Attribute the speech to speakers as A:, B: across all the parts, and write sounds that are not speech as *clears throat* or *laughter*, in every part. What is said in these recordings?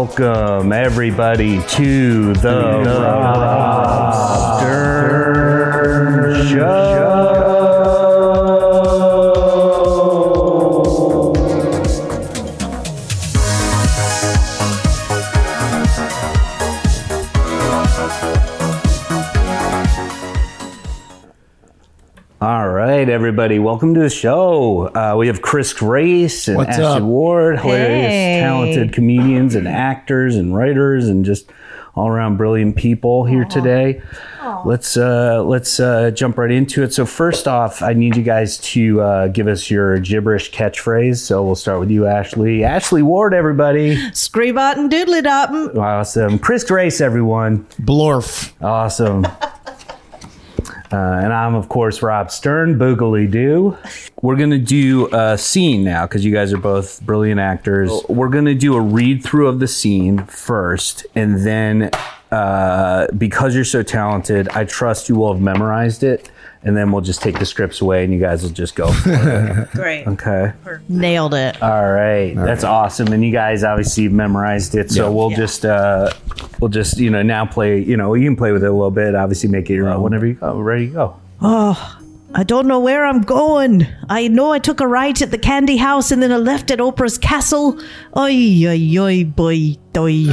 A: Welcome, everybody, to the Rod Stern Show. All right, everybody, welcome to the show. Uh, we have Chris Grace and
B: What's
A: Ashley
B: up?
A: Ward, hilarious,
C: Hey.
A: talented comedians and actors and writers and just all around brilliant people here today. Let's uh, let's uh, jump right into it. So first off, I need you guys to uh, give us your gibberish catchphrase. So we'll start with you, Ashley. Ashley Ward, everybody. *laughs*
C: Screebot and doodly dot.
A: Awesome. Chris Grace, everyone.
B: Blorf.
A: Awesome. Uh, and I'm, of course, Rob Stern, Boogly Doo. We're going to do a scene now because you guys are both brilliant actors. We're going to do a read through of the scene first. And then, uh, because you're so talented, I trust you will have memorized it. And then we'll just take the scripts away and you guys will just go. for it.
C: Great.
A: okay.
C: Nailed it.
A: All right, that's awesome. And you guys obviously memorized it, so we'll
C: Yeah.
A: just uh, we'll just you know now play. You know, you can play with it a little bit. Obviously, make it your own whenever you go. Ready? Go.
C: I don't know where I'm going. I know I took a right at the candy house and then a left at Oprah's castle. Oy, oy, oy, boy, doy.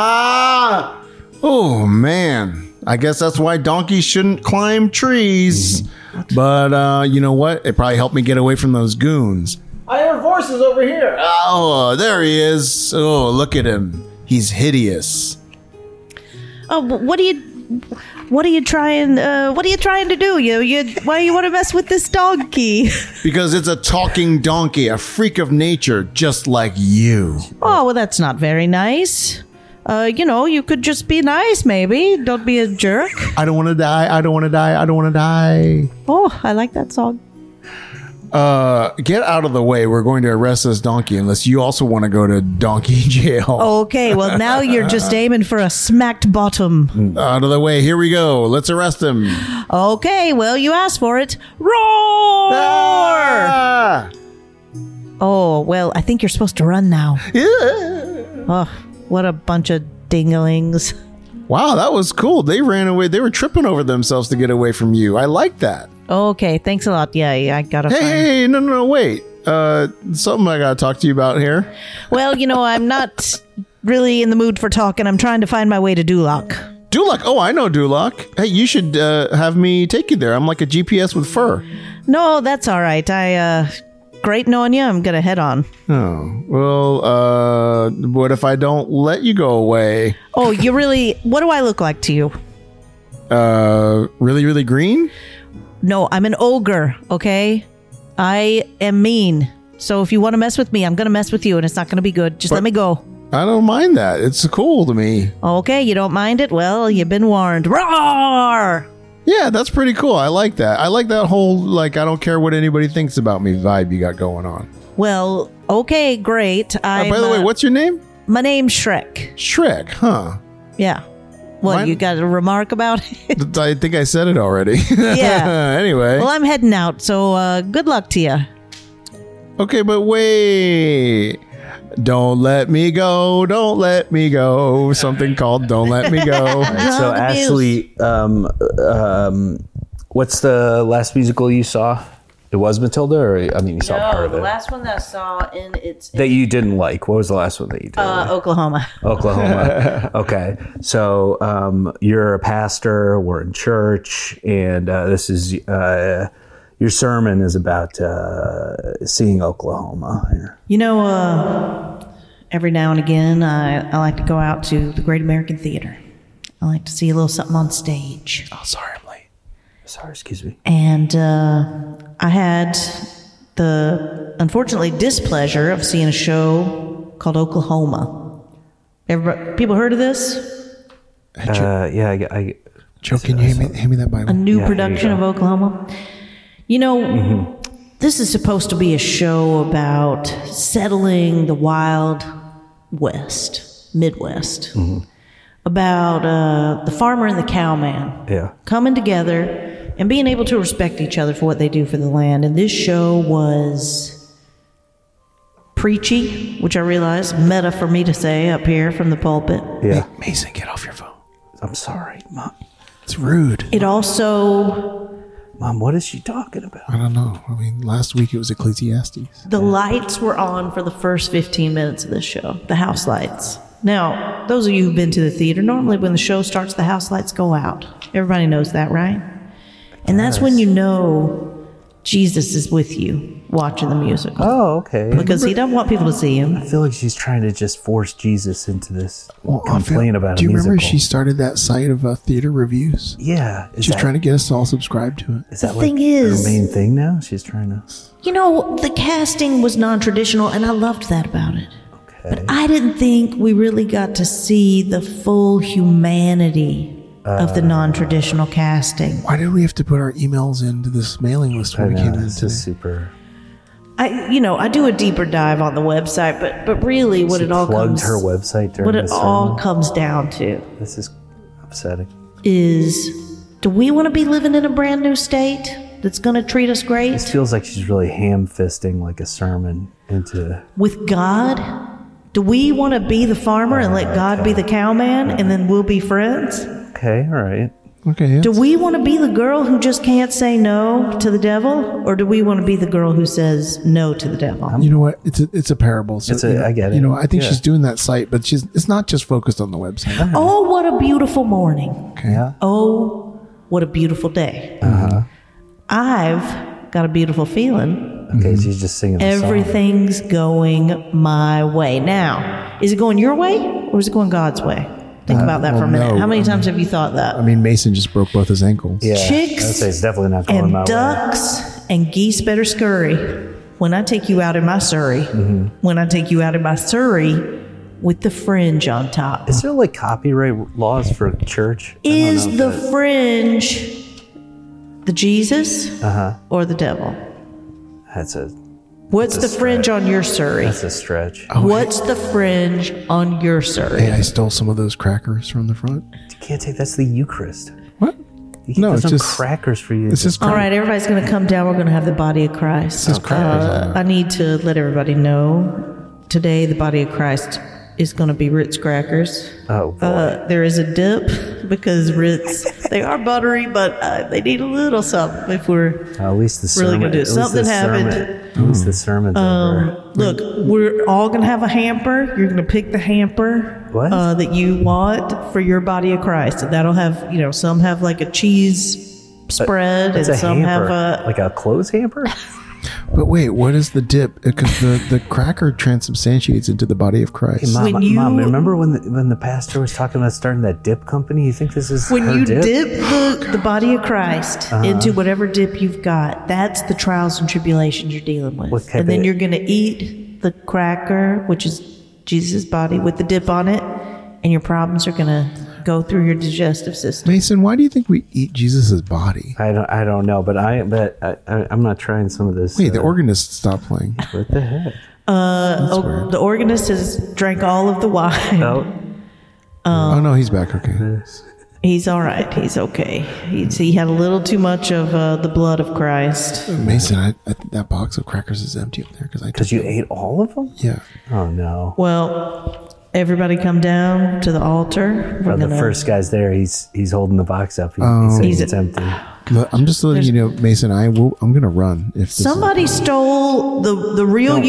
B: Ah! Oh, man. I guess that's why donkeys shouldn't climb trees. But uh, you know what? It probably helped me get away from those goons. I heard voices over here. Oh, there he is. Oh, look at him. He's hideous.
C: Oh, wh- what are you? What are you trying? Uh, what are you trying to do? You, you, why you want to mess with this donkey? *laughs*
B: Because it's a talking donkey, a freak of nature, just like you.
C: Oh, well, that's not very nice. Uh, you know, you could just be nice, maybe. Don't be a jerk.
B: I don't want to die. I don't want to die. I don't want to die.
C: Oh, I like that song.
B: Uh, get out of the way. We're going to arrest this donkey unless you also want to go to donkey *laughs* jail.
C: Oh, Okay, well, now you're just aiming for a smacked bottom.
B: Out of the way. Here we go. Let's arrest him.
C: Okay, well, you asked for it. Roar!
B: Ah!
C: Oh, well, I think you're supposed to
B: *laughs*
C: run now.
B: Yeah.
C: Oh, what a bunch of dinglings.
B: Wow, that was cool. They ran away. They were tripping over themselves to get away from you. I like that.
C: Okay, thanks a lot. Yeah, yeah I gotta
B: Hey,
C: find.
B: hey, hey, no, no, no, wait. Uh, something I gotta talk to you about here.
C: Well, you know, I'm not really in the mood for talking. I'm trying to find my way to Duloc.
B: Duloc. Oh, I know Duloc. Hey, you should uh, have me take you there. I'm like a GPS with fur.
C: No, that's all right. I, uh, great knowing you. I'm gonna head on.
B: Oh, well, uh, what if I don't let you go away? *laughs*
C: Oh, you really, what do I look like to you?
B: Uh, really, really green?
C: No, I'm an ogre, okay? I am mean. So if you want to mess with me, I'm gonna mess with you and it's not gonna be good. Just let me go.
B: I don't mind that. It's cool to me.
C: Okay, you don't mind it? Well, you've been warned. Roar!
B: Yeah, that's pretty cool. I like that. I like that whole like I don't care what anybody thinks about me vibe you got going on.
C: Well, okay, great.
B: Uh,
C: I.
B: by the way, what's your name?
C: my name's Shrek?
B: Shrek,
C: *laughs*
B: huh?
C: Yeah. Well,
B: Mine-
C: you got a remark about
B: *laughs*
C: it?
B: Th- I think I said it already. *laughs*
C: Yeah.
B: anyway.
C: well, I'm heading out, so uh, good luck to you.
B: okay, but wait. Don't let me go. Don't let me go. Something called "Don't Let Me Go."
A: So
C: Drug abuse.
A: Ashley, um, um, what's the last musical you saw? It was Matilda, or I mean, you saw part of it
C: Oh, last one that I saw in its
A: that you didn't like. What was the last one that you did?
C: uh, Oklahoma.
B: *laughs*
A: Oklahoma. okay, so um, you're a pastor. We're in church, and uh, this is uh, your sermon is about uh, seeing Oklahoma. Here.
C: You know, uh, every now and again, I, I like to go out to the Great American Theater. I like to see a little something on stage.
A: Oh, sorry, I'm late. Sorry, excuse me.
C: And uh, I had the unfortunately displeasure of seeing a show called Oklahoma. Everybody, people heard of this?
A: Uh, yeah, I, I,
B: Joe, can you hand me, hand me that
C: A
B: Bible?
C: new
A: Yeah,
C: production
A: yeah.
C: of Oklahoma. You know, this is supposed to be a show about settling the wild West, Midwest, about uh, the farmer and the cowman.
A: yeah.
C: coming together and being able to respect each other for what they do for the land. And this show was preachy, which I realize meta for me to say up here from the pulpit.
A: Yeah.
B: Mason, get off your phone.
A: I'm sorry, mom.
B: It's rude.
C: It also
A: Mom, what is she talking about?
B: I don't know. I mean, last week it was Ecclesiastes.
C: the lights were on for the first 15 minutes of this show, the house lights. Now, those of you who've been to the theater, normally when the show starts, the house lights go out. Everybody knows that, right? And that's when you know Jesus is with you watching the musical.
A: Oh, okay.
C: because he doesn't want people to see him.
A: I feel like she's trying to just force Jesus into this
B: I feel-
A: complain about. a
B: Do you remember
A: musical.
B: she started that site of uh, theater reviews?
A: Yeah, is
B: She's
A: that,
B: trying to get us all subscribed to it.
A: Is that
C: The
A: like
C: thing is-
A: her main thing now? She's trying to.
C: You know, the casting was non traditional, and I loved that about it.
A: Okay.
C: I didn't think we really got to see the full humanity of the non traditional casting.
B: Why did we have to put our emails into this mailing list
A: I
B: when we
A: know,
B: came in
A: it's just
B: today?
A: super.
C: I, you know, I do a deeper dive on the website, but but really, what it all
A: plugged
C: comes
A: her website during
C: what it
A: the
C: all
A: sermon.
C: comes down to
A: This is upsetting.
C: is, do we want to be living in a brand new state that's going to treat us great?
A: This feels like she's really ham fisting like a sermon into.
C: with God? Do we want to be the farmer and let God be the cowman and then we'll be friends?
A: Okay, all right.
B: Okay, yeah.
C: Do we want to be the girl who just can't say no to the devil or do we want to be the girl who says no to the devil?
B: you know what? It's a, it's a parable. So,
A: It's a-
B: you know,
A: I get it.
B: You know, I think
A: Yeah.
B: she's doing that site, but she's it's not just focused on the website.
C: Oh, what a beautiful morning.
B: Okay. Yeah.
C: Oh, what a beautiful day.
B: Uh-huh.
C: I've got a beautiful feeling.
A: Okay,
B: Mm-hmm.
A: she's just singing. The Song.
C: Everything's going my way. Now, is it going your way or is it going God's way? Think about that for a
B: Uh, well,
C: minute.
B: no, Mm-hmm.
C: How many
B: I
C: times have you thought that?
B: I mean, Mason just broke both his ankles.
A: Yeah, I would
C: chicks
A: say it's definitely not going
C: and
A: my way.
C: ducks and geese better scurry when I take you out in my Surrey.
A: Mm-hmm.
C: When I take you out in my Surrey with the fringe on top.
A: Is there like copyright laws for church? I don't
C: Is
A: know.
C: the fringe the Jesus or the devil?
A: Uh-huh. That's a
C: What's the fringe on your Surrey?
A: that's a stretch.
B: Oh.
C: What's the fringe on your Surrey?
B: Hey, I stole some of those crackers from the front.
A: You can't take that's the Eucharist.
B: What?
A: You can't
B: No,
A: put
B: it's
A: some
B: just
A: crackers for you.
B: it's just
C: All right, everybody's going to come down. We're going to have the body of Christ.
B: This is crackers on
C: Uh, I need to let everybody know today the body of Christ is going to be Ritz crackers.
A: oh, boy.
C: Uh, there is a dip because Ritz, they are buttery, but uh, they need a little something if we're.
A: Uh, at least the
C: really
A: sermon.
C: gonna do
A: at least
C: something
A: the
C: happened. Um,
A: sermon- At least the sermon's over.
C: Look, we're all going to have a hamper. You're going to pick the hamper
A: What?
C: Uh, that you want for your body of Christ. And that'll have, you know, some have like a cheese spread and
A: That's a
C: some
A: hamper,
C: have a.
A: like a clothes hamper.
B: But wait, what is the dip? Because the, the cracker transubstantiates into the body of Christ.
A: Mom,
C: When you-
A: Mom, remember when the, when the pastor was talking about starting that dip company? You think this is
C: When
A: her
C: you
A: dip? Uh-huh.
C: dip, the, the body of Christ into whatever dip you've got, that's the trials and tribulations you're dealing with.
A: What type
C: and then
A: of-
C: you're going to eat the cracker, which is Jesus' body, with the dip on it, and your problems are going to go through your digestive system.
B: Mason, why do you think we eat Jesus' body?
A: I don't I don't know, but I but I, I I'm not trying some of this.
B: Wait, the
A: uh,
B: organist stopped playing.
A: what the heck?
C: Uh, oh, the organist has drank all of the wine.
A: Oh,
B: oh no, he's back. Okay.
C: He's all right. He's okay. He's, he had a little too much of uh, the blood of Christ.
B: Mason, I, I think that box of crackers is empty up there because I
A: because you ate all of them?
B: Yeah.
A: Oh no.
C: Well, everybody come down to the altar. We're
A: Oh, the
C: gonna-
A: first guy's there. He's he's holding the box up. He,
B: Oh.
A: he said
C: He's-
A: it's empty.
B: Look, I'm just letting you know, Mason. I will. I'm gonna run. If this is-
C: Somebody stole the, the real
A: Don't run. If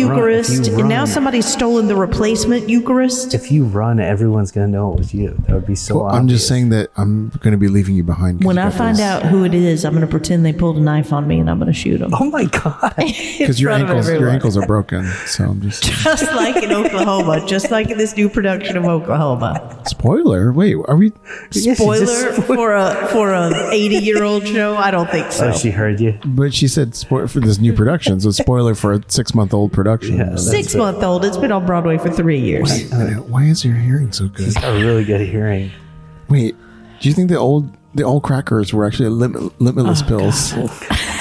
C: Eucharist,
A: you
C: and now
A: run-
C: somebody's stolen the replacement Eucharist.
A: If you run, everyone's gonna know it was you. That would be so.
B: Well, I'm just
A: obvious.
B: saying that I'm gonna be leaving you behind. 'cause
C: When
B: you
C: I
B: got
C: find
B: this-
C: out who it is, I'm going to pretend they pulled a knife on me and I'm going to shoot them.
A: Oh my god!
B: because your ankles, your ankles are broken. So I'm
C: *laughs*
B: just
C: *laughs* Just like in Oklahoma, just like in this new production
A: *laughs*
C: of Oklahoma.
B: spoiler. Wait, are we?
C: Spoiler for a for a 80 year old show? I don't think so.
A: Oh, she heard you.
B: But she said spoiler for this new production. So spoiler for a six month old production.
A: Yeah, that's
C: Six month old. It's been on Broadway for three years.
B: Uh, Why is your hearing so good?
A: a really good hearing.
B: Wait, do you think the old the old crackers were actually lim- limitless
C: Oh,
B: pills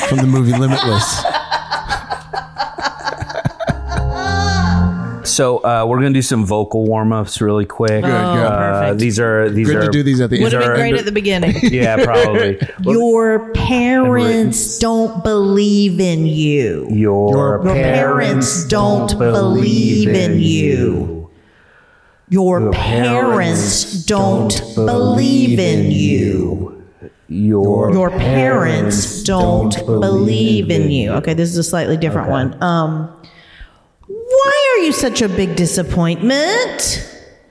B: from the movie Limitless?
A: So uh, we're gonna do some vocal warm ups really quick.
B: good.
A: Uh,
C: Oh, Perfect.
A: these are these
B: Good
A: are
B: to do these at the
C: Would
A: Would've-
B: end.
C: have
A: are
C: been great
A: under-
C: at
A: *laughs*
C: the beginning.
A: Yeah,
C: *laughs*
A: probably.
C: Your parents don't believe in you.
A: Your,
B: Your
C: Parents don't believe in you. Your parents don't believe in you.
A: Your,
C: Your parents don't believe in you. Okay, this is a slightly different one. Um, why are you such a big disappointment?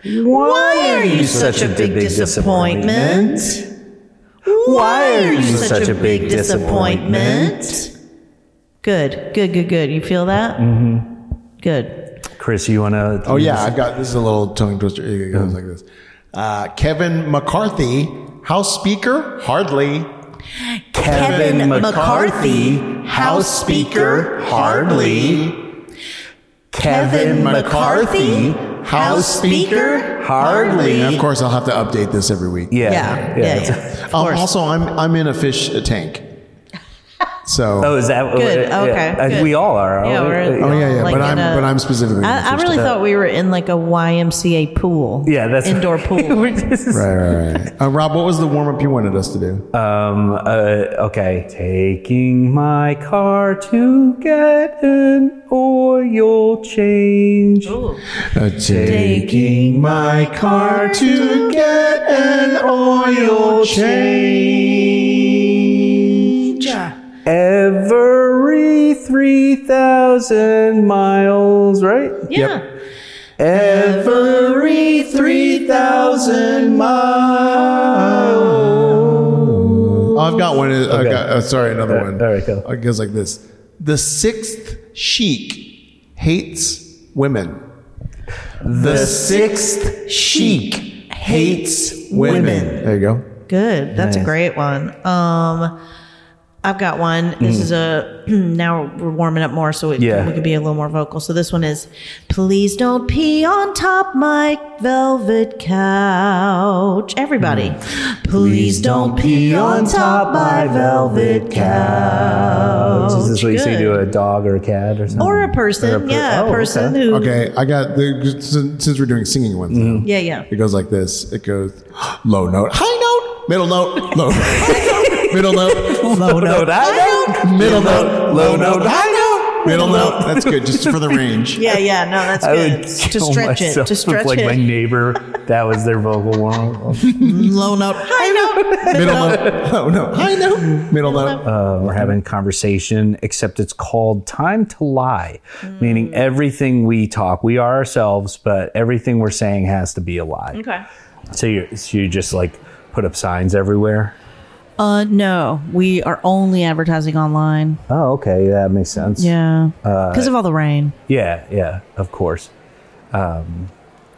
C: Why are you such a big disappointment? Why are you such a big disappointment? Good, good, good, good. You feel that? Mm-hmm. Good.
A: Chris, you wanna?
B: Oh yeah, I've got this is a little tongue twister. It goes
C: Mm.
B: like this. Uh, Kevin McCarthy, House Speaker, hardly.
C: Kevin McCarthy, House Speaker, hardly. Kevin McCarthy, House Speaker, hardly.
B: And of course, I'll have to update this every week.
A: Yeah,
C: Yeah, yeah, yeah.
B: Um, also, I'm I'm in a fish tank.
C: *laughs*
B: So
A: *laughs* Oh, is that
C: Good,
A: yeah,
C: okay,
A: I-
C: good.
A: We all are. aren't
C: Yeah,
A: we?
C: we're in-
B: oh yeah yeah,
C: Like
B: but I'm
C: in a-
B: but I'm specifically. in a
C: I, I
B: fish
C: really
B: tank.
C: thought we were in like a YMCA pool.
A: Yeah, that's *laughs*
C: indoor pool.
A: This is-
B: Right, right,
C: *laughs*
B: right. Uh, Rob, what was the warm up you wanted us to do?
A: Um. Uh, okay. Taking my car to get an oil change.
B: Uh, taking my car to get an oil change.
A: *laughs* Every three thousand miles, right?
C: Yeah.
A: Every three thousand miles.
B: Oh, I've got one. I've
A: Okay.
B: got- uh, sorry, another one.
A: all right, go.
B: It goes like this: The sixth sheik hates women. The sixth sheik hates
A: women.
B: There you go.
C: Good. That's a great one. Um, I've got one. This is a *clears throat* now we're warming up more, so it,
A: Hmm. Yeah.
C: we can be a little more vocal. So this one is, please don't pee on top my velvet couch. Everybody,
A: Hmm.
C: please don't pee on top my velvet couch.
A: Is this what you say
C: Good.
A: to a dog or a cat or something?
C: Or a person,
A: Or a per-
C: yeah,
A: Oh,
C: a person
A: okay.
C: who,
B: Okay, I got the since since we're doing singing ones. now.
A: Mm-hmm.
C: yeah, yeah.
B: It goes like this. It goes *gasps* low note, high note, middle note, low *laughs* note, middle note,
A: Low note, high note.
B: middle note,
A: Low note, high note.
B: middle note. That's good,
C: *laughs*
B: just for the range.
C: Yeah, yeah, no, that's
A: I
C: good.
A: would
C: To
A: kill
C: stretch it,
A: myself
C: to
A: if,
C: stretch
A: like my
C: it.
A: neighbor, that was their vocal
C: *laughs*
A: warm.
C: Low note, high *laughs* note,
B: Middle note, low note, high note, middle note.
A: Uh, we're having conversation, except it's called "Time to Lie,"
C: Mm.
A: meaning everything we talk, we are ourselves, but everything we're saying has to be a lie.
C: Okay.
A: So you, so you just like put up signs everywhere.
C: Uh, no, we are only advertising online.
A: Oh, okay, that makes sense.
C: Yeah,
A: Uh,
C: because of all the rain.
A: yeah, yeah, Of course. Um,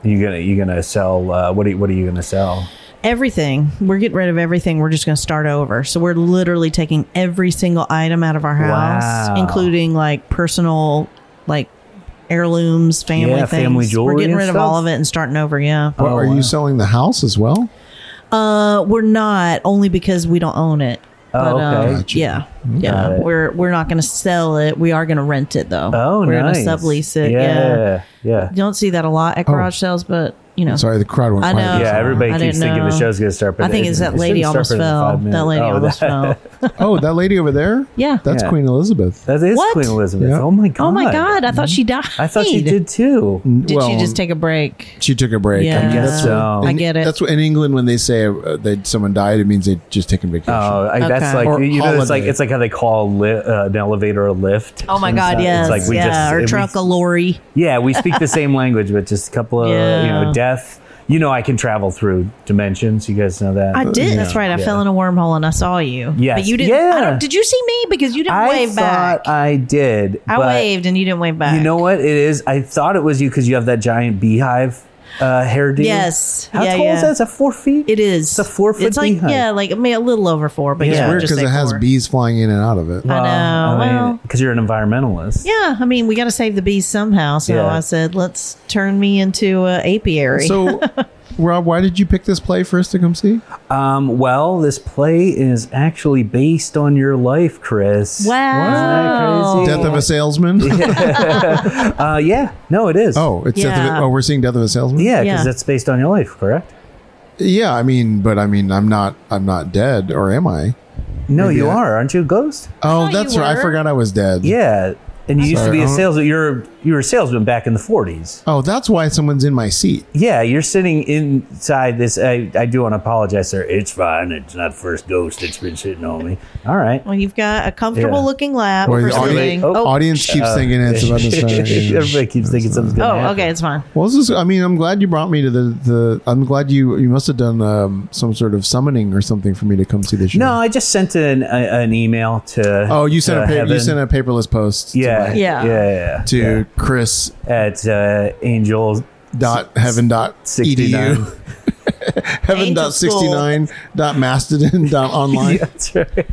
A: you gonna you gonna sell? Uh, what are you, what are you gonna sell?
C: Everything. We're getting rid of everything. We're just going to start over. So we're literally taking every single item out of our house,
A: Wow.
C: including like personal, like heirlooms, family
A: Yeah,
C: things.
A: family jewelry
C: We're getting
A: and
C: rid of
A: stuff?
C: all of it and starting over. Yeah.
B: Well, are
A: wow.
B: you selling the house as well?
C: Uh, we're not only because we don't own it. um,
A: Oh, okay.
B: Gotcha.
C: yeah, yeah.
A: it.
C: We're we're not going to sell it. We are going to rent it though.
A: Oh,
C: we're
A: nice.
C: going to sublease it. yeah.
A: Yeah, yeah.
C: You don't see that a lot at garage sales, but you know,
B: Sorry, the crowd went
C: I
B: quiet.
C: know.
A: Yeah, everybody
C: uh, I
A: keeps
C: didn't
A: thinking the
C: know.
A: show's gonna start. but
C: I think
A: it-
C: it's that
A: it
C: lady
A: shouldn't
C: almost
A: start for another
C: fell.
A: five minutes.
C: That lady
A: Oh,
C: almost
A: that-
C: fell.
A: *laughs*
B: Oh, that lady over there?
C: Yeah.
B: That's
A: Yeah.
B: Queen Elizabeth.
A: That is
C: What?
A: Queen Elizabeth.
B: Yeah.
A: Oh my god.
C: Oh my god! I thought she died.
A: I thought she did too.
C: Did she
B: Well,
C: just take a break?
B: She took a break.
C: Yeah.
B: I mean, that's
A: So-
B: what,
C: I get it.
B: That's what in England when they say uh, that someone died, it means they just taken vacation.
A: Oh, I, that's
C: Okay.
A: like
B: Or
A: you know, it's like
B: holiday.
A: it's like how they call li- uh, an elevator a lift.
C: Oh my
A: It's
C: god!
A: not-
C: Yes.
A: it's like we
C: yeah.
A: just
C: or
A: we-
C: truck a lorry.
A: yeah, we speak the same language, but just a couple of you know
C: Yeah.
A: death. You know, I can travel through dimensions. You guys know that.
C: I did. That's right. I fell in a wormworhole and I saw you.
A: Yes.
C: But you didn't.
A: Yeah.
C: I don't, did you see me? Because you didn't
A: I
C: wave
A: thought
C: back.
A: I did.
C: I
A: but
C: waved and you didn't wave back.
A: You know what it is? I thought it was you because you have that giant beehive uh, hairdo.
C: Yes.
A: How
C: Yeah,
A: tall is
C: yeah.
A: that? Is that four feet?
C: it is.
A: It's a four-foot
C: It's like
A: beehive.
C: yeah, like I mean, a little over four, but yeah,
A: It's
B: Weird
C: just
B: because
C: say
B: it has
C: four.
B: bees flying in and out of it.
A: Um,
C: I know. well,
A: because you're an environmentalist.
C: Yeah, I mean, we got to save the bees somehow. So
A: Yeah.
C: *laughs* I said, let's turn me into an apiary.
B: So Rob, why did you pick this play for us to come see?
A: Um, well, this play is actually based on your life, Chris.
C: Wow.
A: Isn't that
B: Death of a Salesman.
A: Uh, yeah, no, it is.
B: Oh, it's Death of
C: Yeah.
B: a, oh, we're seeing Death of a Salesman.
A: yeah, because
C: Yeah.
A: that's based on your life, correct?
B: yeah. I mean, but I mean, I'm not, I'm not dead, or am I?
A: No,
B: Maybe
A: you
B: I-
A: are, aren't you, a Ghost?
B: Oh,
C: thought you
B: that's right. I
C: were.
B: forgot I was dead.
A: Yeah, and you used to
B: Sorry,
A: be a
B: I don't-
A: salesman. You're you were a salesman back in the '40s.
B: Oh, that's why someone's in my seat.
A: Yeah, you're sitting inside this. I, I do want to apologize, sir. It's fine. It's not the first ghost that's been sitting on me. All
B: *laughs*
A: right.
C: Well, you've got a comfortable
A: Yeah.
C: looking lap
B: Or
C: for
B: the audience,
C: sitting. Oh, oh,
B: audience
A: Uh,
B: keeps thinking it's
A: *laughs*
B: about to start.
A: Everybody
B: Yeah.
A: keeps thinking something's going to happen.
C: Oh, okay, it's fine.
B: Well, this is, I mean, I'm glad you brought me to the, the I'm glad you you must have done um, some sort of summoning or something for me to come see the show.
A: No, I just sent an, a, an email to.
B: Oh, you sent
A: to
B: a paper, you
A: Uh, heaven.
B: sent a paperless post. to
A: Yeah,
B: my-
A: yeah,
C: Yeah.
A: yeah,
B: To Chris
A: yeah. At uh, Angel
B: dot heaven dot
A: sixty nine. *laughs*
B: edu heaven
C: Angel
B: dot
C: school.
B: sixty nine dot mastodon
A: *laughs*
B: dot online.
A: That's right.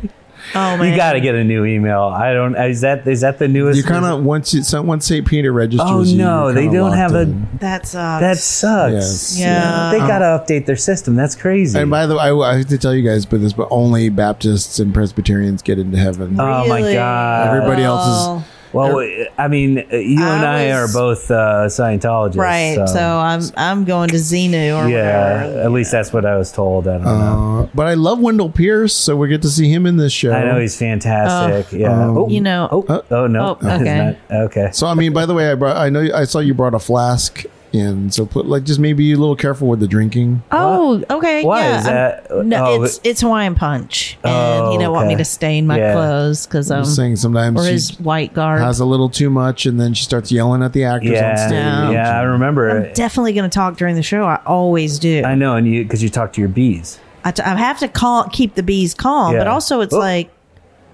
C: Oh man,
A: You got to get a new email. I don't. Is that is that the newest?
B: You kind of once you some- once St. Peter registers.
A: Oh
B: you,
A: no,
B: you're
A: they
B: kinda
A: don't
B: locked
A: have
B: in.
A: a.
C: that sucks.
A: That sucks.
B: Yes.
C: Yeah.
A: they got to update their system. That's crazy.
B: And by the way, I, I have to tell you guys, but this, but only Baptists and Presbyterians get into heaven.
A: oh my
C: Really?
A: god.
B: Everybody else is-
C: Well,
B: er-
A: Well, we- I mean, uh, you and I
C: I
A: are
C: was-
A: both uh, Scientologists,
C: right. So, I'm I'm going to Xenu or
A: yeah,
C: whatever.
A: at least that's what I was told. I don't know.
B: Uh, but I love Wendell Pierce, so we get to see him in this show.
A: I know he's fantastic. yeah.
B: Um,
A: oh,
C: You know-
A: Oh,
B: uh,
A: oh, no.
C: Oh,
A: It's
C: okay.
A: *laughs* not- okay.
B: so I mean, by the way, I brought. I know I saw you brought a flask in, so put, like just maybe a little careful with the drinking.
C: Oh, okay.
A: Why
C: yeah,
A: is
C: I'm-
A: that-
C: No,
A: oh,
C: it's it's Hawaiian punch, and
A: Oh,
C: you don't want me
A: okay.
C: to stain my
A: Yeah.
C: clothes because
B: I'm
C: um
B: just saying sometimes
C: or
B: she
C: his white guard.
B: has a little too much, and then she starts yelling at the actors on
A: Yeah,
B: stage.
C: No.
A: yeah. I remember.
C: I'm
A: it.
C: definitely going to talk during the show. I always do.
A: I know, and you because you talk to your bees.
C: I, t- I have to call, keep the bees calm,
A: Yeah.
C: but also it's
A: Oh,
C: like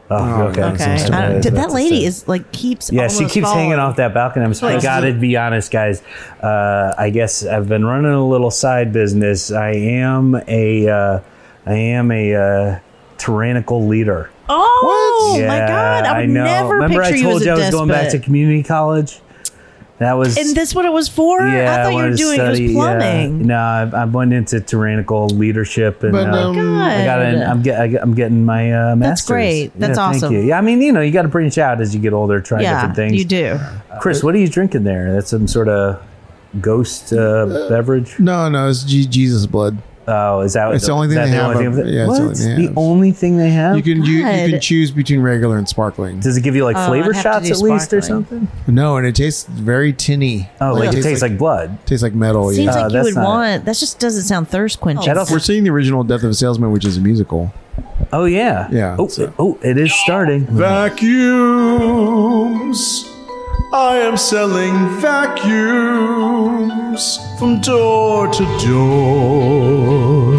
A: Oh, okay.
B: yeah,
C: okay,
B: that's what
C: I
B: it
C: don't-
B: is.
C: that
A: That's
C: lady
A: it.
C: is like keeps
A: Yeah, she
C: almost
A: keeps hanging
C: falling.
A: off that balcony. I'm sorry. I
C: Like-
A: gotta be honest, guys. Uh, I guess I've been running a little side business. I am a, uh, I am a uh, tyrannical leader.
C: Oh
A: Yeah,
C: my god! I would never
A: Remember,
C: picture
A: I
C: you
A: told
C: as a
A: you, I was
C: despot.
A: going back to community college. That was
C: and that's what it was for.
A: yeah.
C: I thought you
A: wanted
C: were
A: to
C: doing
A: study,
C: it was
A: yeah.
C: plumbing.
A: No, I, I went into tyrannical leadership, and
B: But,
A: uh,
B: um, God.
A: I got an, I'm, get, I get- I'm getting my uh, master's.
C: great. That's
A: yeah,
C: awesome.
A: Thank you. Yeah, I mean, you know, you got to branch out as you get older, try
C: yeah,
A: different things.
C: you do.
A: Chris, what are you drinking there? That's some sort of ghost uh, beverage.
B: No, no, it's G- Jesus blood.
A: Oh, is that?
B: It's the only
A: is
B: thing
A: that
B: they have
A: Only
B: up-
A: thing
B: yeah, it's the only
A: What?
B: thing they
A: the
B: have.
A: only thing they have.
B: You can you, you
C: God.
B: can choose between regular and sparkling.
A: Does it give you like
C: Oh,
A: flavor
C: I'd have to
A: shots
C: do
A: at least or
C: sparkling.
A: something?
B: No, and it tastes very tinny.
A: Oh, like, it
B: tastes
A: tastes like, blood.
B: tastes like metal.
C: Seems
B: Yeah.
A: Oh,
C: like you
A: that's
C: would
A: not it.
C: want. That just doesn't sound thirst quenching.
A: That also-
B: We're seeing the original Death of a Salesman, which is a musical.
A: Oh yeah.
B: Yeah,
A: Oh,
B: so-
A: oh it is starting.
B: Vacuums. I am selling vacuums from door to door.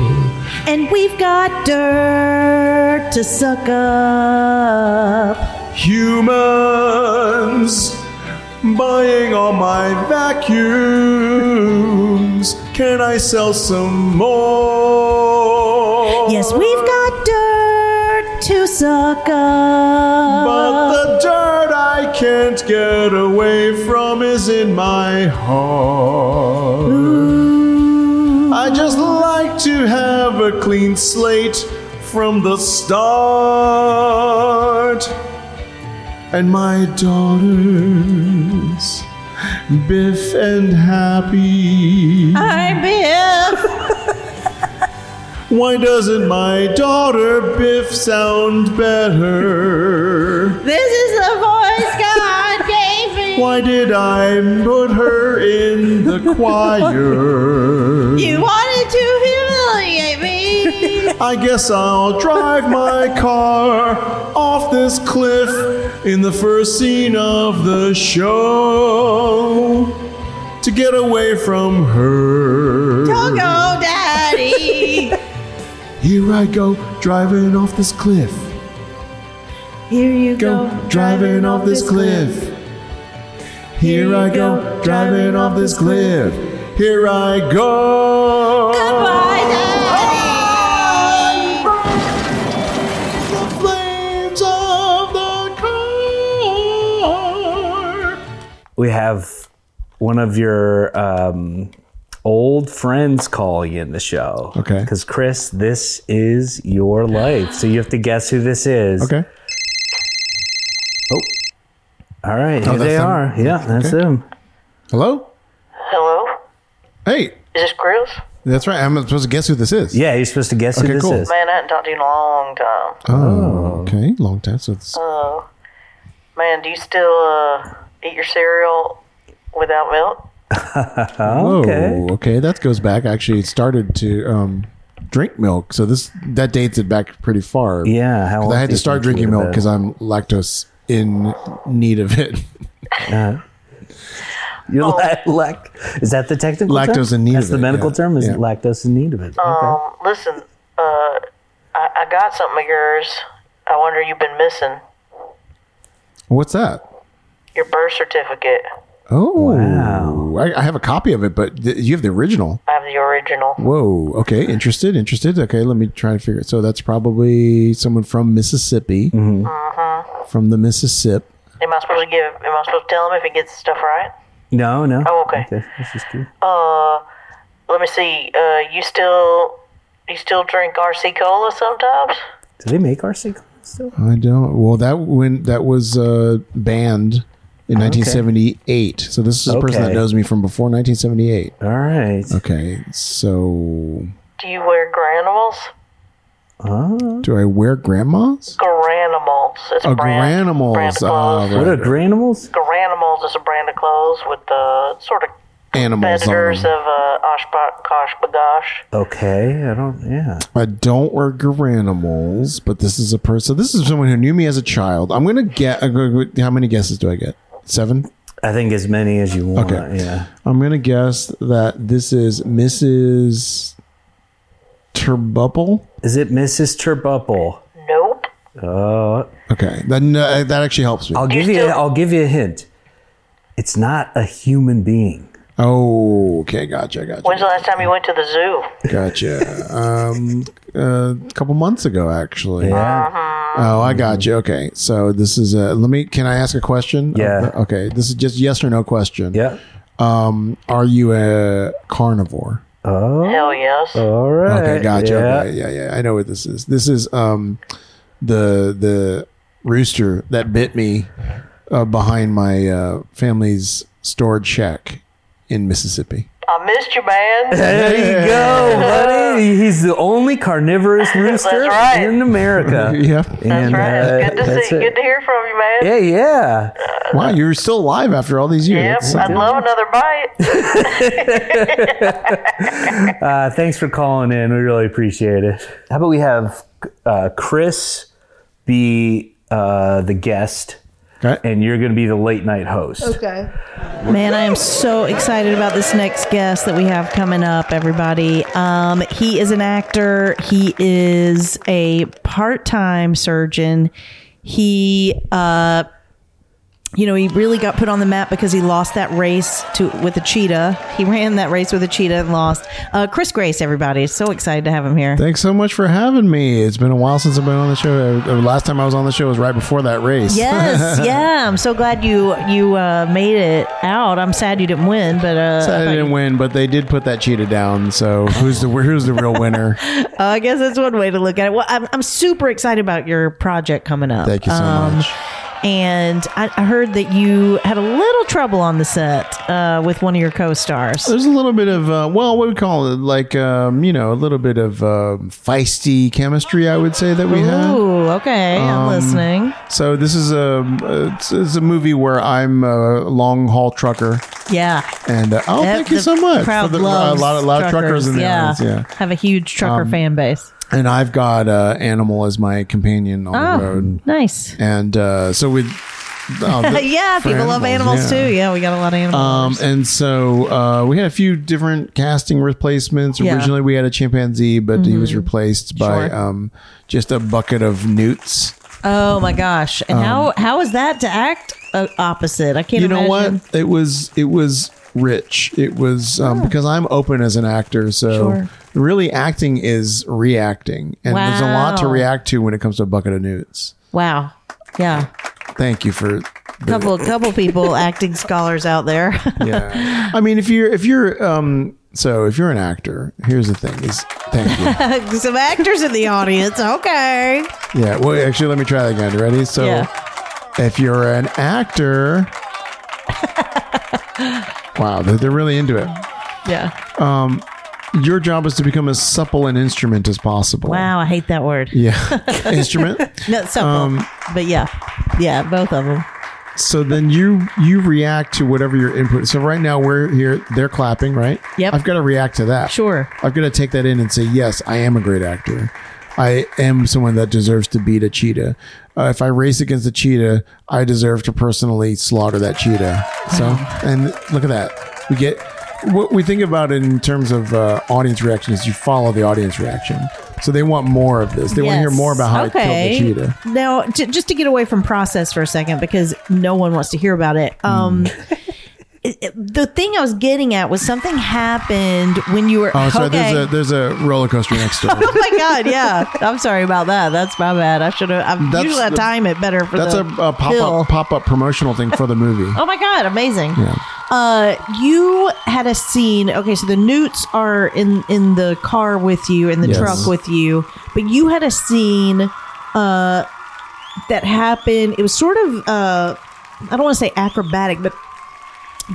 C: and we've got dirt to suck up.
B: Humans buying all my vacuums. Can I sell some more?
C: Yes, we've got dirt to suck up.
B: But the dirt I can't get away from is in my heart. I just like to have a clean slate from the start. And my daughters, Biff and Happy.
C: Hi, Biff.
B: Why doesn't my daughter Biff sound better?
C: This is the voice God gave me.
B: Why did I put her in *laughs* the choir?
C: You wanted to humiliate me.
B: I guess I'll drive my car off this cliff in the first scene of the show to get away from her.
C: Don't go, oh, Daddy.
B: Here I go, driving off this cliff.
C: Here you
B: Go, driving off this cliff. Here I go, driving off this cliff. Here I go.
C: Goodbye,
B: Ah!
C: Daddy.
B: The flames of the car.
A: We have one of your um, old friends calling in the show.
B: Okay.
A: Because, Chris, this is your life. So you have to guess who this is.
B: Okay.
A: All right. Here
B: Oh, that's
A: they
B: them.
A: are. Yeah, that's
B: Okay.
A: them.
B: Hello?
D: Hello?
B: Hey,
D: Is this Grills?
B: that's right. I'm supposed to guess who this is.
A: Yeah, you're supposed to guess
B: Okay,
A: who this
B: cool.
A: is.
D: Man, I haven't talked to you in a long time.
B: Oh, okay. Long time. So it's,
A: Uh,
D: Oh. Man, do you still uh, eat your cereal without milk?
A: okay.
B: Whoa, okay. That goes back. Actually, it started to um, drink milk. So this that dates it back pretty far.
A: Yeah. How
B: 'Cause
A: old
B: I had
A: do you
B: to start
A: think you
B: drinking
A: would've
B: milk
A: been?
B: because I'm lactose in need of it. *laughs*
A: You're
D: Oh.
A: lac- lac- is that the technical term?
B: Lactose in need
A: That's
B: of
A: the
B: it,
A: medical
B: yeah.
A: term. Is
B: Yeah.
A: lactose in need of it? okay.
D: Um, listen, uh, I, I got something of yours. I wonder you've been missing
B: What's that?
D: your birth certificate.
B: Oh,
A: Wow.
B: I, I have a copy of it, but th- you have the original.
D: I have the original.
B: Whoa. Okay. Interested? Interested? Okay. Let me try to figure it. So that's probably someone from Mississippi, from the Mississippi.
D: Am I supposed to give? Am I supposed to tell him if he gets stuff right?
A: No, no.
D: Oh, okay.
A: This is good.
D: Uh, let me see. Uh, you still, you still drink RC cola sometimes?
A: Do they make RC cola still?
B: I don't. Well, that when that was uh, banned in 1978. So this is a person that
A: Okay.
B: knows me from before 1978.
A: All right.
B: Uh, Okay. So
D: Do you wear granimals?
A: Oh,
B: do I wear grandmas?
D: Granimals. It's a
B: Oh,
D: brand. Brand
B: granimals.
D: of clothes.
B: Ah,
A: what
B: right.
A: are granimals?
D: Granimals is a brand of clothes with the sort of
B: Animals.
D: competitors
B: On
D: of
B: them.
D: uh, Oshkosh Bagosh.
A: Okay, I don't. Yeah.
B: I don't wear granimals, but this is a person. So this is someone who knew me as a child. I'm gonna get. I'm gonna- How many guesses do I get? Seven.
A: I think as many as you want.
B: Okay.
A: Yeah.
B: I'm gonna guess that this is Mrs. Turbuple.
A: Is it Mrs. Turbuple?
D: Nope.
A: Uh,
B: Okay, then uh, that actually helps me.
A: I'll give you. I'll give you a hint. It's not a human being.
B: oh, okay, gotcha,
D: When's the
B: gotcha,
D: last time you went to the zoo? *laughs*
B: gotcha. um, a couple months ago, actually.
D: Uh-huh.
A: Yeah.
B: Oh, I got you. Okay, so this is a. Let me. Can I ask a question?
A: Yeah.
B: Okay, this is just yes or no question.
A: Yeah.
B: Um, are you a carnivore?
A: Oh.
D: Hell yes.
A: All right.
B: Okay, gotcha.
A: Yeah.
B: Okay, yeah, yeah. I know what this is. This is um the the rooster that bit me uh, behind my uh, family's storage shack in Mississippi.
D: I missed you,
A: *laughs*
D: man.
A: There you
D: *laughs*
A: go, buddy. He's the only carnivorous rooster
D: right.
A: in *laughs* America.
B: Yeah.
A: And,
D: That's right.
A: uh,
D: It's good to
A: that's
D: see.
A: it.
D: Good to hear from you, man.
A: Yeah, yeah.
B: Wow, you're still alive after all these years.
D: Yep,
B: That's-
D: I'd love another bite.
A: Uh, thanks for calling in. We really appreciate it. How about we have uh, Chris be uh, the guest,
B: Okay.
A: and you're going to be the late night host.
E: Okay.
C: Man, I am so excited about this next guest that we have coming up, everybody. Um, he is an actor, he is a part time surgeon. He, uh, you know, he really got put on the map because he lost that race to with a cheetah. He ran that race with a cheetah and lost. Uh, Chris Grace, everybody, so excited to have him here.
B: Thanks so much for having me. It's been a while since I've been on the show. Uh, The last time I was on the show was right before that race.
C: Yes, yeah, I'm so glad you you uh, made it out. I'm sad you didn't win, but uh, I
B: *laughs* I
C: thought
B: didn't win, but they did put that cheetah down. So who's the who's the real
A: *laughs*
B: winner?
C: I guess that's one way to look at it. Well, I'm, I'm super excited about your project coming up.
B: Thank you so
C: Um,
B: much.
C: And I, I heard that you had a little trouble on the set uh, with one of your co-stars.
B: There's a little bit of uh, well, what we call it, like um, you know, a little bit of um, feisty chemistry, I would say that we had.
C: Ooh, okay,
B: Um,
C: I'm listening.
B: So this is a uh, it's, it's a movie where I'm a long haul trucker,
C: Yeah,
B: and uh, oh,
C: That-
B: thank you
C: the
B: so much.
C: Crowd
B: the, uh,
C: loves
B: a lot, a lot of truckers in the
C: yeah.
B: audience, yeah. Um,
C: have a huge trucker fan base.
B: And I've got uh, animal as my companion on
C: Oh,
B: the road,
C: nice. Uh,
B: and uh, so with
C: *laughs*
B: oh, the-
C: yeah,
B: for
C: people love animals
B: yeah.
C: too. Yeah, we got a lot of animals.
B: Um, and so uh, we had a few different casting replacements.
C: Yeah. Mm-hmm.
B: Originally, we had a chimpanzee, but he was replaced by
C: Sure.
B: um, just a bucket of newts.
C: oh my gosh, and how how is that to act uh, opposite? I
B: um,
C: can't.
B: You know
C: imagine.
B: what? It was it was rich. It was um, because I'm open as an actor, so
C: Sure.
B: really acting is reacting, and there's a lot to
C: Wow.
B: react to when it comes to a bucket of newts.
C: Wow. Yeah.
B: Thank you for *laughs*
C: couple couple people acting scholars out there *laughs*
B: yeah. I mean, if you're if you're um, So if you're an actor, here's the thing: is thank you.
C: Some actors in the audience. Okay.
B: yeah. Well, actually, let me try that again. Ready? So
C: Yeah.
B: if you're an
C: *laughs*
B: actor, wow, they're, they're really into it.
C: Yeah.
B: Your job is to become as supple an instrument as possible.
C: Wow, I hate that word.
B: Yeah. *laughs* instrument.
C: No, so
B: um,
C: but yeah, yeah, both of them.
B: So then you you react to whatever your input. So right now we're here, they're clapping, right?
C: Yep.
B: I've got to react to that.
C: Sure.
B: I've got to take that in and say, yes, I am a great actor. I am someone that deserves to beat a cheetah. Uh, if I race against a cheetah, I deserve to personally slaughter that cheetah. So, and look at that. We get what we think about in terms of uh, audience reaction is you follow the audience reaction. So they want more of this. They want to hear more about how I killed the cheetah.
C: Now, j- just to get away from process for a second, because no one wants to hear about it.
B: Hmm.
C: Um, it- it- the thing I was getting at was something happened when you were.
B: Oh, sorry.
C: okay.
B: There's a there's a roller coaster next
C: *laughs*
B: door.
C: oh my god! Yeah, I'm sorry about that. That's my bad. I should have. I'm
B: That's
C: usually I
B: the-
C: time it better for
B: That's
C: the
B: a, a pop
C: hill.
B: up pop up promotional thing for the
C: *laughs*
B: movie.
C: Oh my god! Amazing.
B: Yeah.
C: Uh, you had a scene. Okay, so the newts are in in the car with you in the
B: Yes.
C: truck with you, but you had a scene uh that happened. It was sort of uh I don't want to say acrobatic, but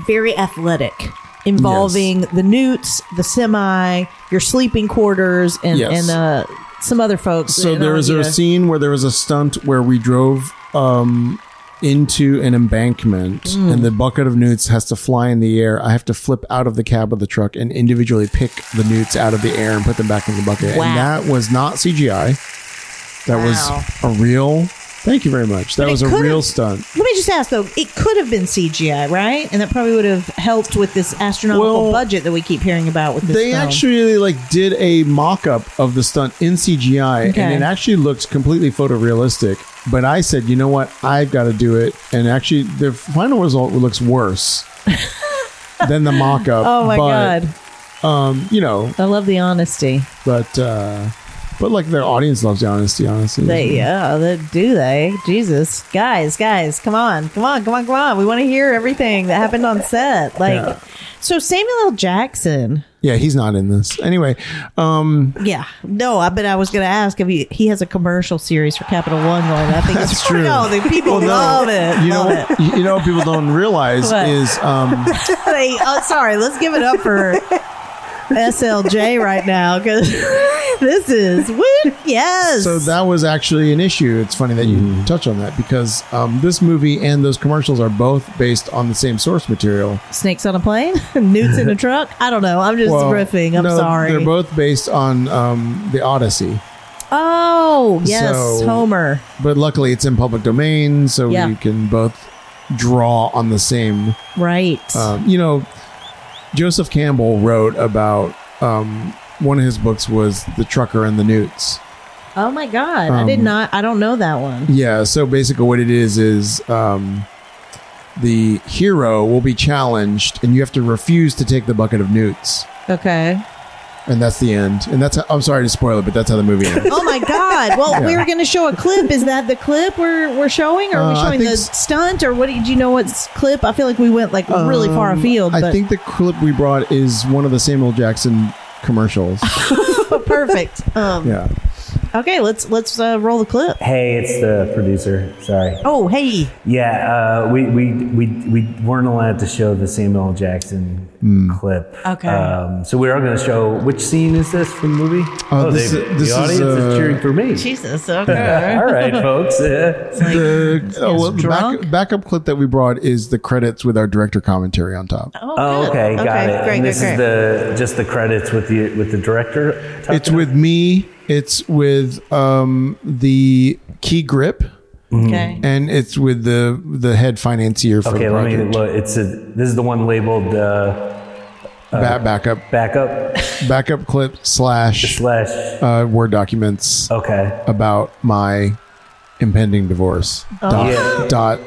C: very athletic, involving the newts, the semi, your sleeping quarters, and
B: Yes.
C: and uh some other folks.
B: So
C: And
B: there
C: all,
B: was
C: you
B: a
C: know.
B: scene where there was a stunt where we drove um, into an embankment,
C: Mm.
B: and the bucket of newts has to fly in the air. I have to flip out of the cab of the truck and individually pick the newts out of the air and put them back in the bucket.
C: Wow.
B: And that was not CGI. That
C: Wow.
B: was a real. Thank you very much. That
C: it
B: was a
C: could've-
B: real stunt.
C: Let me just ask though, it could have been CGI, right? And that probably would have helped with this astronomical
B: Well,
C: budget that we keep hearing about with this.
B: they
C: film.
B: actually like did a mock-up of the stunt in cgi
C: Okay.
B: and it actually looked completely photorealistic but i said you know what i've got to do it and actually the final result looks
C: *laughs*
B: worse than the mock-up
C: Oh my
B: but,
C: god.
B: you know
C: I love the honesty.
B: but uh but like their audience loves the honesty honestly
C: They yeah, they, do they? Jesus. Guys, guys, come on. Come on, come on, come on. We want to hear everything that happened on set. Like
B: Yeah.
C: so Samuel L. Jackson.
B: yeah he's not in this anyway um
C: Yeah. No, I but I was gonna ask if he, he has a commercial series for Capital One going. I think it's
B: That's true.
C: No, the people love it.
B: you know
C: love it.
B: what, you know what people
C: *laughs*
B: don't realize
C: What?
B: is um
C: Hey, oh, sorry. Let's give it up for SLJ right now because *laughs* this is woo, yes.
B: So that was actually an issue. It's funny that you touch on that because um, this movie and those commercials are both based on the same source material.
C: Snakes on a plane, *laughs* newts in a truck. I don't know. I'm just riffing. I'm
B: no,
C: sorry.
B: They're both based on um, the Odyssey,
C: oh yes,
B: So-
C: Homer.
B: but luckily it's in public domain, so
C: Yeah.
B: you can both draw on the same.
C: Right.
B: Um, you know, Joseph Campbell wrote about um, one of his books was The Trucker and the Newts.
C: oh my God! I
B: um,
C: did not. I don't know that one.
B: Yeah, so basically what it is is um, the hero will be challenged and you have to refuse to take the bucket of newts.
C: Okay.
B: And that's the end. And that's how, I'm sorry to spoil it, but that's how the movie
C: *laughs*
B: ends.
C: Oh my God! Well, we
B: Yeah.
C: were going to show a clip. Is that the clip we're we're showing? Or are we
B: Uh, I
C: showing
B: think
C: the
B: s- Um,
C: stunt? Or what? Do you know what clip? I feel like we went like really far afield.
B: I
C: but-
B: think the clip we brought is one of the Samuel Jackson
C: *laughs*
B: commercials. *laughs*
C: but perfect. Um,
B: yeah.
C: Okay, let's let's uh, roll the clip.
A: Hey, it's the producer. Sorry.
C: Oh, hey,
A: Yeah, uh, we, we, we, we weren't allowed to show the Samuel L. Jackson
B: Hmm.
A: clip.
C: Okay.
A: Um, so we are going to show which scene is this from the movie?
B: Uh, this
A: they-
B: is- this
A: the
B: is,
A: audience is,
B: uh,
A: cheering for me.
B: *laughs*
C: Jesus. Okay.
A: *laughs* All
C: *laughs*
A: right, folks. Uh,
B: The, oh, well, the
C: drunk?
B: back, backup clip that we brought is the credits with our director commentary on top.
A: oh,
C: good.
A: okay, got it.
C: Great,
A: and
C: great,
A: this
C: great.
A: is the just the credits with the with the director. talking
B: It's with me, it's with um, the key grip.
C: okay.
B: and it's with the the head financier for
A: Okay,
B: the
A: let
B: project.
A: me look. It's a, this is the one labeled uh,
B: Ba- backup
A: backup
B: backup clip slash
A: slash.
B: uh, word
A: Oh.
B: documents
A: Okay.
C: Oh.
B: about my impending divorce. Dot,
A: Yeah.
B: dot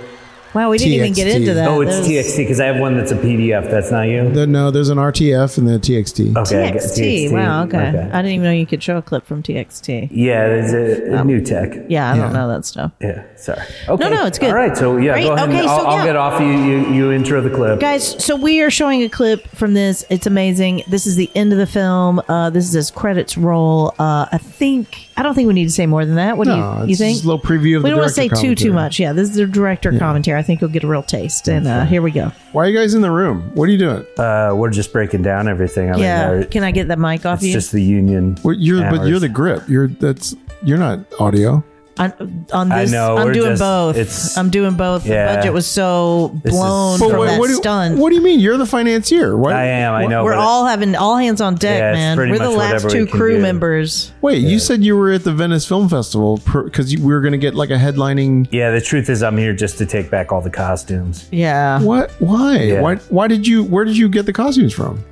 C: Wow, we didn't even get
B: TXT.
C: into that.
E: Oh, it's
C: That was-
E: TXT because I have one that's a PDF. That's not you.
B: The- no, there's an RTF and then a TXT.
A: Oh.
E: Okay, I got
C: TXT. Wow. Okay. I didn't even know you could show a clip from TXT.
E: Yeah, there's a, a new tech.
C: Um, Yeah, I
B: Yeah.
C: don't know that stuff.
E: Yeah, sorry. Okay.
C: no, it's good.
E: All right, so yeah,
C: Right?
E: go ahead.
C: Okay,
E: and
C: so
E: I'll, I'll
C: yeah.
E: get off. You, you you intro the clip.
C: Guys, so we are showing a clip from this. It's amazing. This is the end of the film. Uh, this is as credits roll. Uh, I think I don't think we need to say more than that. What
B: No,
C: do you,
B: it's
C: you think?
B: just a little preview of the
C: We don't want to say
B: director
C: too too
B: commentary.
C: much. Yeah, this is the director commentary. I think you'll get a real taste. And uh, here we go.
B: Why are you guys in the room? What are you doing?
A: Uh, we're just breaking down everything. I mean,
C: Yeah,
A: there-
C: can I get that mic off
A: it's
C: you?
A: just the union.
B: Well, you're but you're
A: hours.
B: the grip. You're that's you're not audio.
C: on, on
A: I
C: this,
A: know,
C: I'm
A: we're
C: doing
A: just-
C: both.
A: it's-
C: I'm doing both.
A: Yeah.
C: The budget was so
A: This is
C: blown
A: so-
C: from
A: But wait,
C: that
B: what do you,
C: stunt.
B: What do you mean? You're the financier. Why?
A: I am. I know.
C: We're
A: but-
C: all having all hands on deck,
A: Yeah, it's
C: man.
A: pretty
C: We're the
A: much
C: last
A: whatever we
C: two
A: can
C: crew
A: do.
C: members.
B: Wait, you said you were at the Venice Film Festival because we were going to get like a headlining.
A: Yeah, the truth is, I'm here just to take back all the costumes. Um,
C: Yeah.
B: What? Why?
A: Yeah.
B: Why? Why did you? Where did you get the costumes from?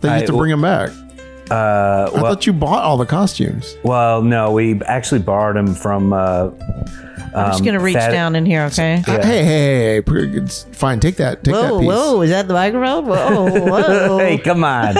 B: That you
A: I-
B: have to bring them back.
A: Uh,
B: I
A: well,
B: thought you bought all the costumes.
A: well, no, we actually borrowed them from. Uh,
C: I'm just
A: um,
C: gonna reach
A: Thad-
C: down in here, okay?
B: Hey, hey, hey, hey, pr- it's fine. Take that. Take that
C: Whoa,
B: piece.
C: whoa! Is that the microphone? Whoa,
A: *laughs*
C: whoa!
A: Hey, come on,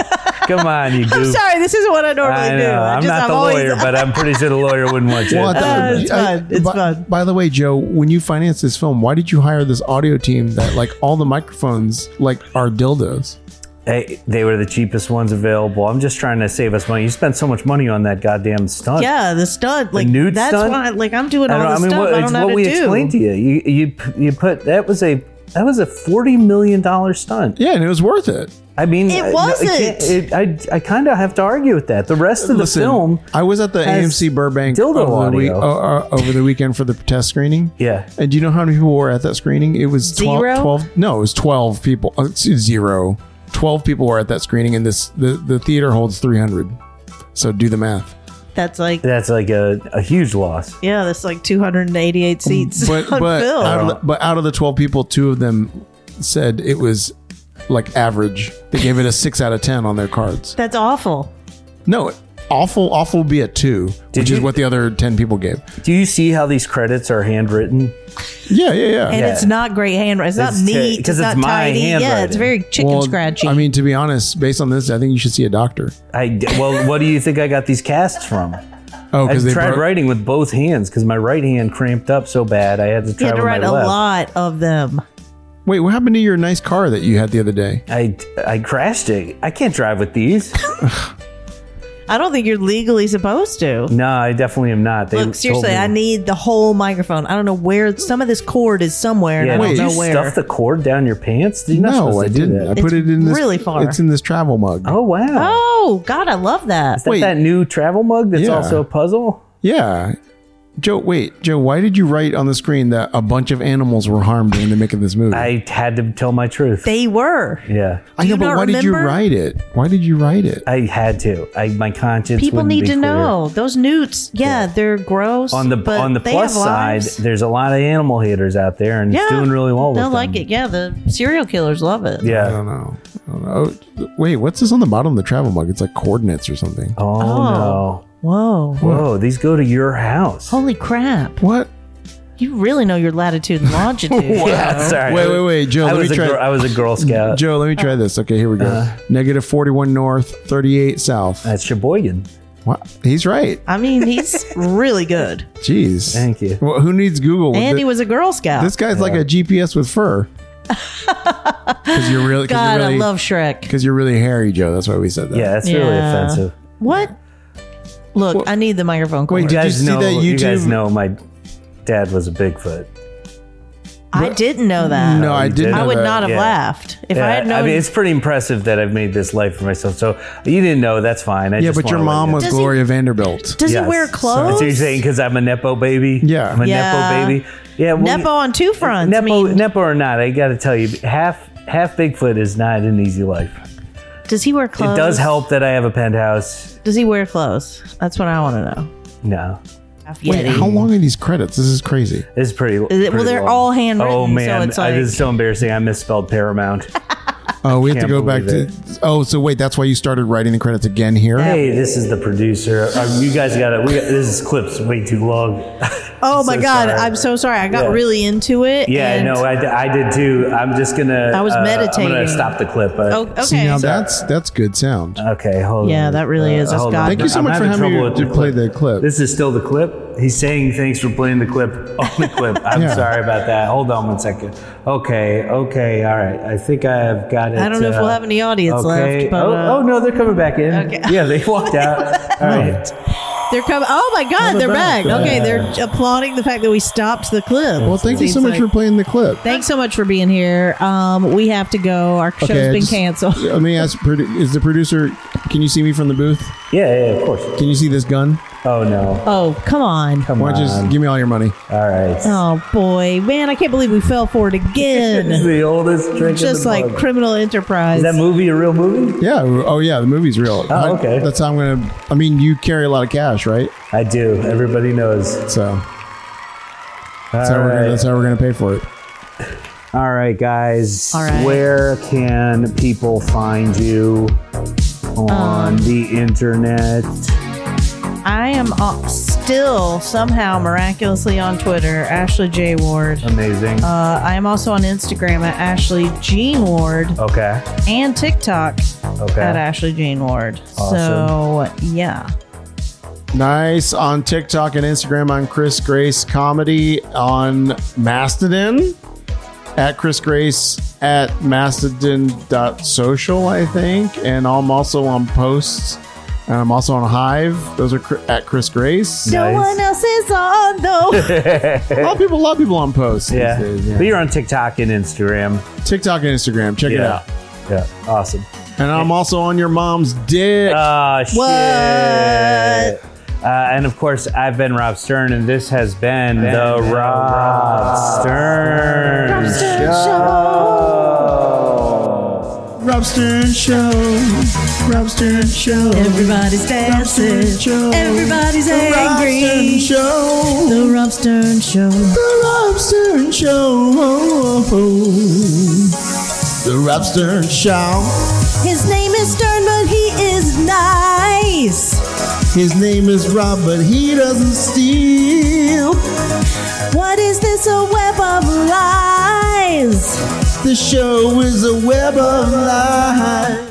A: come on, you goof.
C: Oh. *laughs* I'm sorry. This isn't what I normally
A: I
C: do.
A: know.
C: I
A: I'm
C: just,
A: not
C: I'm
A: the
C: always, Uh,
A: lawyer, but I'm pretty sure the lawyer wouldn't want you.
B: Well, I thought-
C: it's
B: I-
C: fun. It's
B: by,
C: fun.
B: By the way, Joe, when you financed this film, why did you hire this audio team that like all the microphones like are dildos?
A: Hey, they were the cheapest ones available. I'm just trying to save us money. You spent so much money on that goddamn stunt.
C: *laughs* yeah, the stunt, like
A: nude
C: that's
A: stunt?
C: why, like I'm doing
A: I,
C: all
A: don't,
C: this
A: I mean,
C: stuff.
A: what,
C: I
A: it's
C: don't know
A: what
C: how
A: we
C: to do.
A: explained to you. You you you put that was a that was a forty million dollar stunt.
B: Yeah, and it was worth it.
A: I mean,
C: It
A: I- no,
C: wasn't.
A: I can't- It, I I kind of have to argue with that. The rest of the
B: Listen,
A: film,
B: I was at the
A: has
B: AMC Burbank
A: dildo
B: over the, week,
A: audio.
B: uh, uh, over the weekend for the test screening.
A: yeah,
B: And do you know how many people were at that screening? It was 12,
C: Zero?
B: 12 no, it was 12 people. Uh, it's zero. 12 people were at that screening and this the, the theater holds 300. So do the
C: *laughs*
B: math.
C: That's like
A: that's like a, a huge loss.
C: yeah, that's like 288 seats
B: But
C: *laughs* on
B: but
C: film.
B: out, of the, but out of the 12 people, two of them said it was like average. They gave it a 6 out of 10 on their cards.
C: that's awful.
B: No, awful awful would be a 2, which is
A: you-
B: what the other 10 people gave.
A: Do you see how these credits are handwritten?
B: Yeah, yeah, yeah.
C: And it's not great handwriting. It's,
A: It's
C: not
A: ter-
C: neat. It's,
A: 'cause it's
C: not
A: my
C: tidy. Yeah, it's
A: handwriting.
C: very chicken
B: Well,
C: scratchy.
B: I mean, to be honest, based on this, I think you should see a doctor.
A: I well, what do you think I got these casts from?
B: Oh,
A: I
B: because they
A: tried
B: broke-
A: writing with both hands because my right hand cramped up so bad. I had to
C: you
A: try
C: had to
A: with
C: write
A: my
C: a
A: left.
C: lot of them.
B: Wait, what happened to your nice car that you had the other day?
A: I I crashed it. I can't drive with
C: *laughs*
A: these.
C: I don't think you're legally supposed to.
A: no, I definitely am not. They
C: Look, seriously,
A: told me-
C: I need the whole microphone. I don't know where some of this cord is somewhere.
A: Yeah,
C: and I
A: did
B: wait.
C: don't know
A: you
C: where.
A: stuff the cord down your pants? You're not
B: No,
A: supposed
B: I
A: to do
B: didn't.
A: that.
B: I put
C: It's
B: it in this
C: really far.
B: It's in this travel mug.
A: Oh wow!
C: oh God, I love that.
A: Is that
B: wait.
A: that new travel mug that's
B: Yeah.
A: also a puzzle?
B: Yeah. Joe, wait, Joe, why did you write on the screen that a bunch of animals were harmed when they're making this movie?
A: I had to tell my truth.
C: They were.
A: yeah,
B: I know,
C: you
B: but
C: not
B: why did you
C: remember?
B: write it? Why did you write it?
A: I had to. I my conscience.
C: People
A: wouldn't
C: need
A: be
C: to
A: clear.
C: know those newts. Yeah, they're gross.
A: On the
C: but
A: on the
C: they
A: plus
C: have
A: side,
C: lives.
A: there's a lot of animal haters out there, and
C: Yeah,
A: it's doing really well.
C: They'll
A: with
C: like
A: them.
C: it. Yeah, the serial killers love it.
A: Yeah.
B: I don't know. I don't know. Oh, Wait, what's this on the bottom of the travel mug? It's like coordinates or something.
A: Oh, no!
C: Whoa.
A: Whoa, these go to your house.
C: Holy crap.
B: What?
C: You really know your
B: *laughs*
C: latitude and longitude.
A: I'm sorry.
B: Wait, wait, wait, Joe,
A: I
B: let me
A: was a
B: try-
A: girl, I was a Girl Scout.
B: *laughs* Joe, let me
C: uh,
B: try this. Okay, here we go.
A: uh,
B: Negative 41 north, 38 south.
A: That's Sheboygan.
B: Wow, he's right.
C: I mean, he's
B: *laughs*
C: really good.
B: Jeez.
A: Thank you.
B: Well, who needs Google?
C: And he
B: Th-
C: was a Girl Scout.
B: This guy's like a GPS with fur. Because you're really, *laughs* cause
C: God,
B: you're really,
C: I love Shrek.
B: because you're really hairy, Joe. That's why we said that.
A: Yeah, that's really
C: Yeah.
A: offensive.
C: What? Look, I need the microphone cord.
B: Wait,
A: You
B: Did
A: guys
B: you see
A: know.
B: that
A: You guys
B: YouTube-
A: know my dad was a Bigfoot.
C: I didn't know that.
B: No, I didn't.
A: did.
C: I
B: know
C: would
B: that.
C: not have
A: Yeah.
C: laughed if I had
A: Yeah,
C: known.
A: I mean, it's pretty impressive that I've made this life for myself. So you didn't know. That's fine. I
B: Yeah,
A: just
B: but your
A: wanna let
B: mom
A: you-
B: was
C: Does he-
B: Gloria Vanderbilt.
C: Does
A: Yes.
C: he wear clothes?
A: So you're saying because I'm a nepo baby?
B: Yeah.
A: I'm a
C: Yeah.
A: nepo baby. Yeah, well,
C: Nepo on two fronts.
A: nepo,
C: I mean,
A: nepo or not, I got to tell you, half half Bigfoot is not an easy life.
C: does he wear clothes?
A: It does help that I have a penthouse.
C: Does he wear clothes? That's what I want to know.
A: No,
C: Half
B: Wait,
C: Yeti.
B: how long are these credits? This is crazy.
A: it's pretty.
C: Is it-
A: pretty
C: well, they're
A: long.
C: all handwritten,
A: Oh
C: so
A: man,
C: it's
A: I- this is
C: like-
A: so embarrassing. I misspelled
C: *laughs*
A: Paramount.
B: Oh, we have to
A: Can't
B: go back to.
A: believe
B: Oh, so wait, that's why you started writing the credits again here.
A: hey, this is the producer. Uh, you guys got to. This is clips way too long.
C: Oh
A: *laughs*
C: my
A: So
C: God,
A: sorry.
C: I'm so sorry. I got
A: Yeah.
C: really into it.
A: Yeah,
C: and-
A: no, I, d- I did too. I'm just gonna. uh,
C: I was
A: I'm
C: meditating.
A: gonna stop the clip. But,
C: Oh, okay.
B: See, now that's that's good sound.
A: Okay, hold on. Uh,
C: Yeah, that really is. That's
A: hold on.
C: God.
B: Thank you so
A: Uh, I'm
B: much for
A: having
B: having
A: trouble
B: me
A: with the
B: to play the clip.
A: This is still the clip. He's saying thanks for playing the clip on the
B: *laughs*
A: clip. I'm
B: Yeah.
A: sorry about that. Hold on one second. Okay, okay, all right. I think I've got it. uh,
C: I don't know if we'll have any audience
A: okay.
C: left, but,
A: oh,
C: uh,
A: oh, no, they're coming back in.
C: Okay.
A: *laughs* Yeah, they walked
C: *laughs*
A: out. All right.
C: They're coming. Oh my God, they're back.
A: back.
C: Okay,
A: Yeah.
C: they're applauding the fact that we stopped the clip.
B: Well, thank you so
C: Seems
B: much
C: like-
B: for playing the clip.
C: Thanks so much for being here. Um, we have to go. Our show's
B: I
C: been
B: just-
C: canceled. *laughs*
B: Let me ask: produ- Is the producer? Can you see me from the booth?
A: Yeah, yeah, of course.
B: Can you see this gun?
A: Oh no.
C: Oh, come on.
A: Come
B: Why don't you
A: on.
B: just give me all your money?
A: All right.
C: Oh boy, man, I can't believe we fell for it
A: It's
C: again.
A: the oldest *laughs* drink. in
C: Just
A: the
C: like
A: book.
C: criminal enterprise.
A: is that movie a real movie?
B: Yeah. Oh, yeah. The movie's real. I-
A: okay.
B: that's how I'm gonna. I mean, you carry a lot of cash, right?
A: I do. Everybody knows. All
B: So that's how, we're gonna,
A: right.
B: that's how we're gonna pay for it.
A: All right, guys.
C: All right.
A: Where can people find you
C: Um,
A: on the internet?
C: I am uh, still somehow miraculously on Twitter, Ashley J Ward.
A: Amazing.
C: Uh, I am also on Instagram at Ashley Jean Ward
A: okay.
C: and TikTok at
A: Okay.
C: Ashley Jean Ward. So yeah,
B: Nice on TikTok and Instagram. I'm Chris Grace Comedy on Mastodon at Chris Grace at mastodon.social, I think. And I'm also on posts. And I'm also on Hive. Those are cr- at Chris Grace.
C: no one else is on *laughs* though.
B: A lot of people, a lot of people on posts.
A: Yeah.
B: These days,
A: But
B: yeah.
A: you're on TikTok and Instagram.
B: TikTok and Instagram. Check it out.
A: Yeah. Awesome.
B: And I'm also on your mom's dick.
A: Oh, shit.
C: What?
A: Uh, and of course, I've been Rob Stern, and this has been the Rob, Stern.
B: Rob Stern Show. Rob Stern Show.
C: Everybody's dancing. Everybody's angry.
B: Show.
C: The Rob Stern Show.
B: The Rob Stern Show. The Rob Stern Show.
C: His name is Stern, but he is nice.
B: His name is Rob, but he doesn't steal.
C: What is this? A web of lies.
B: The show is a web of lies.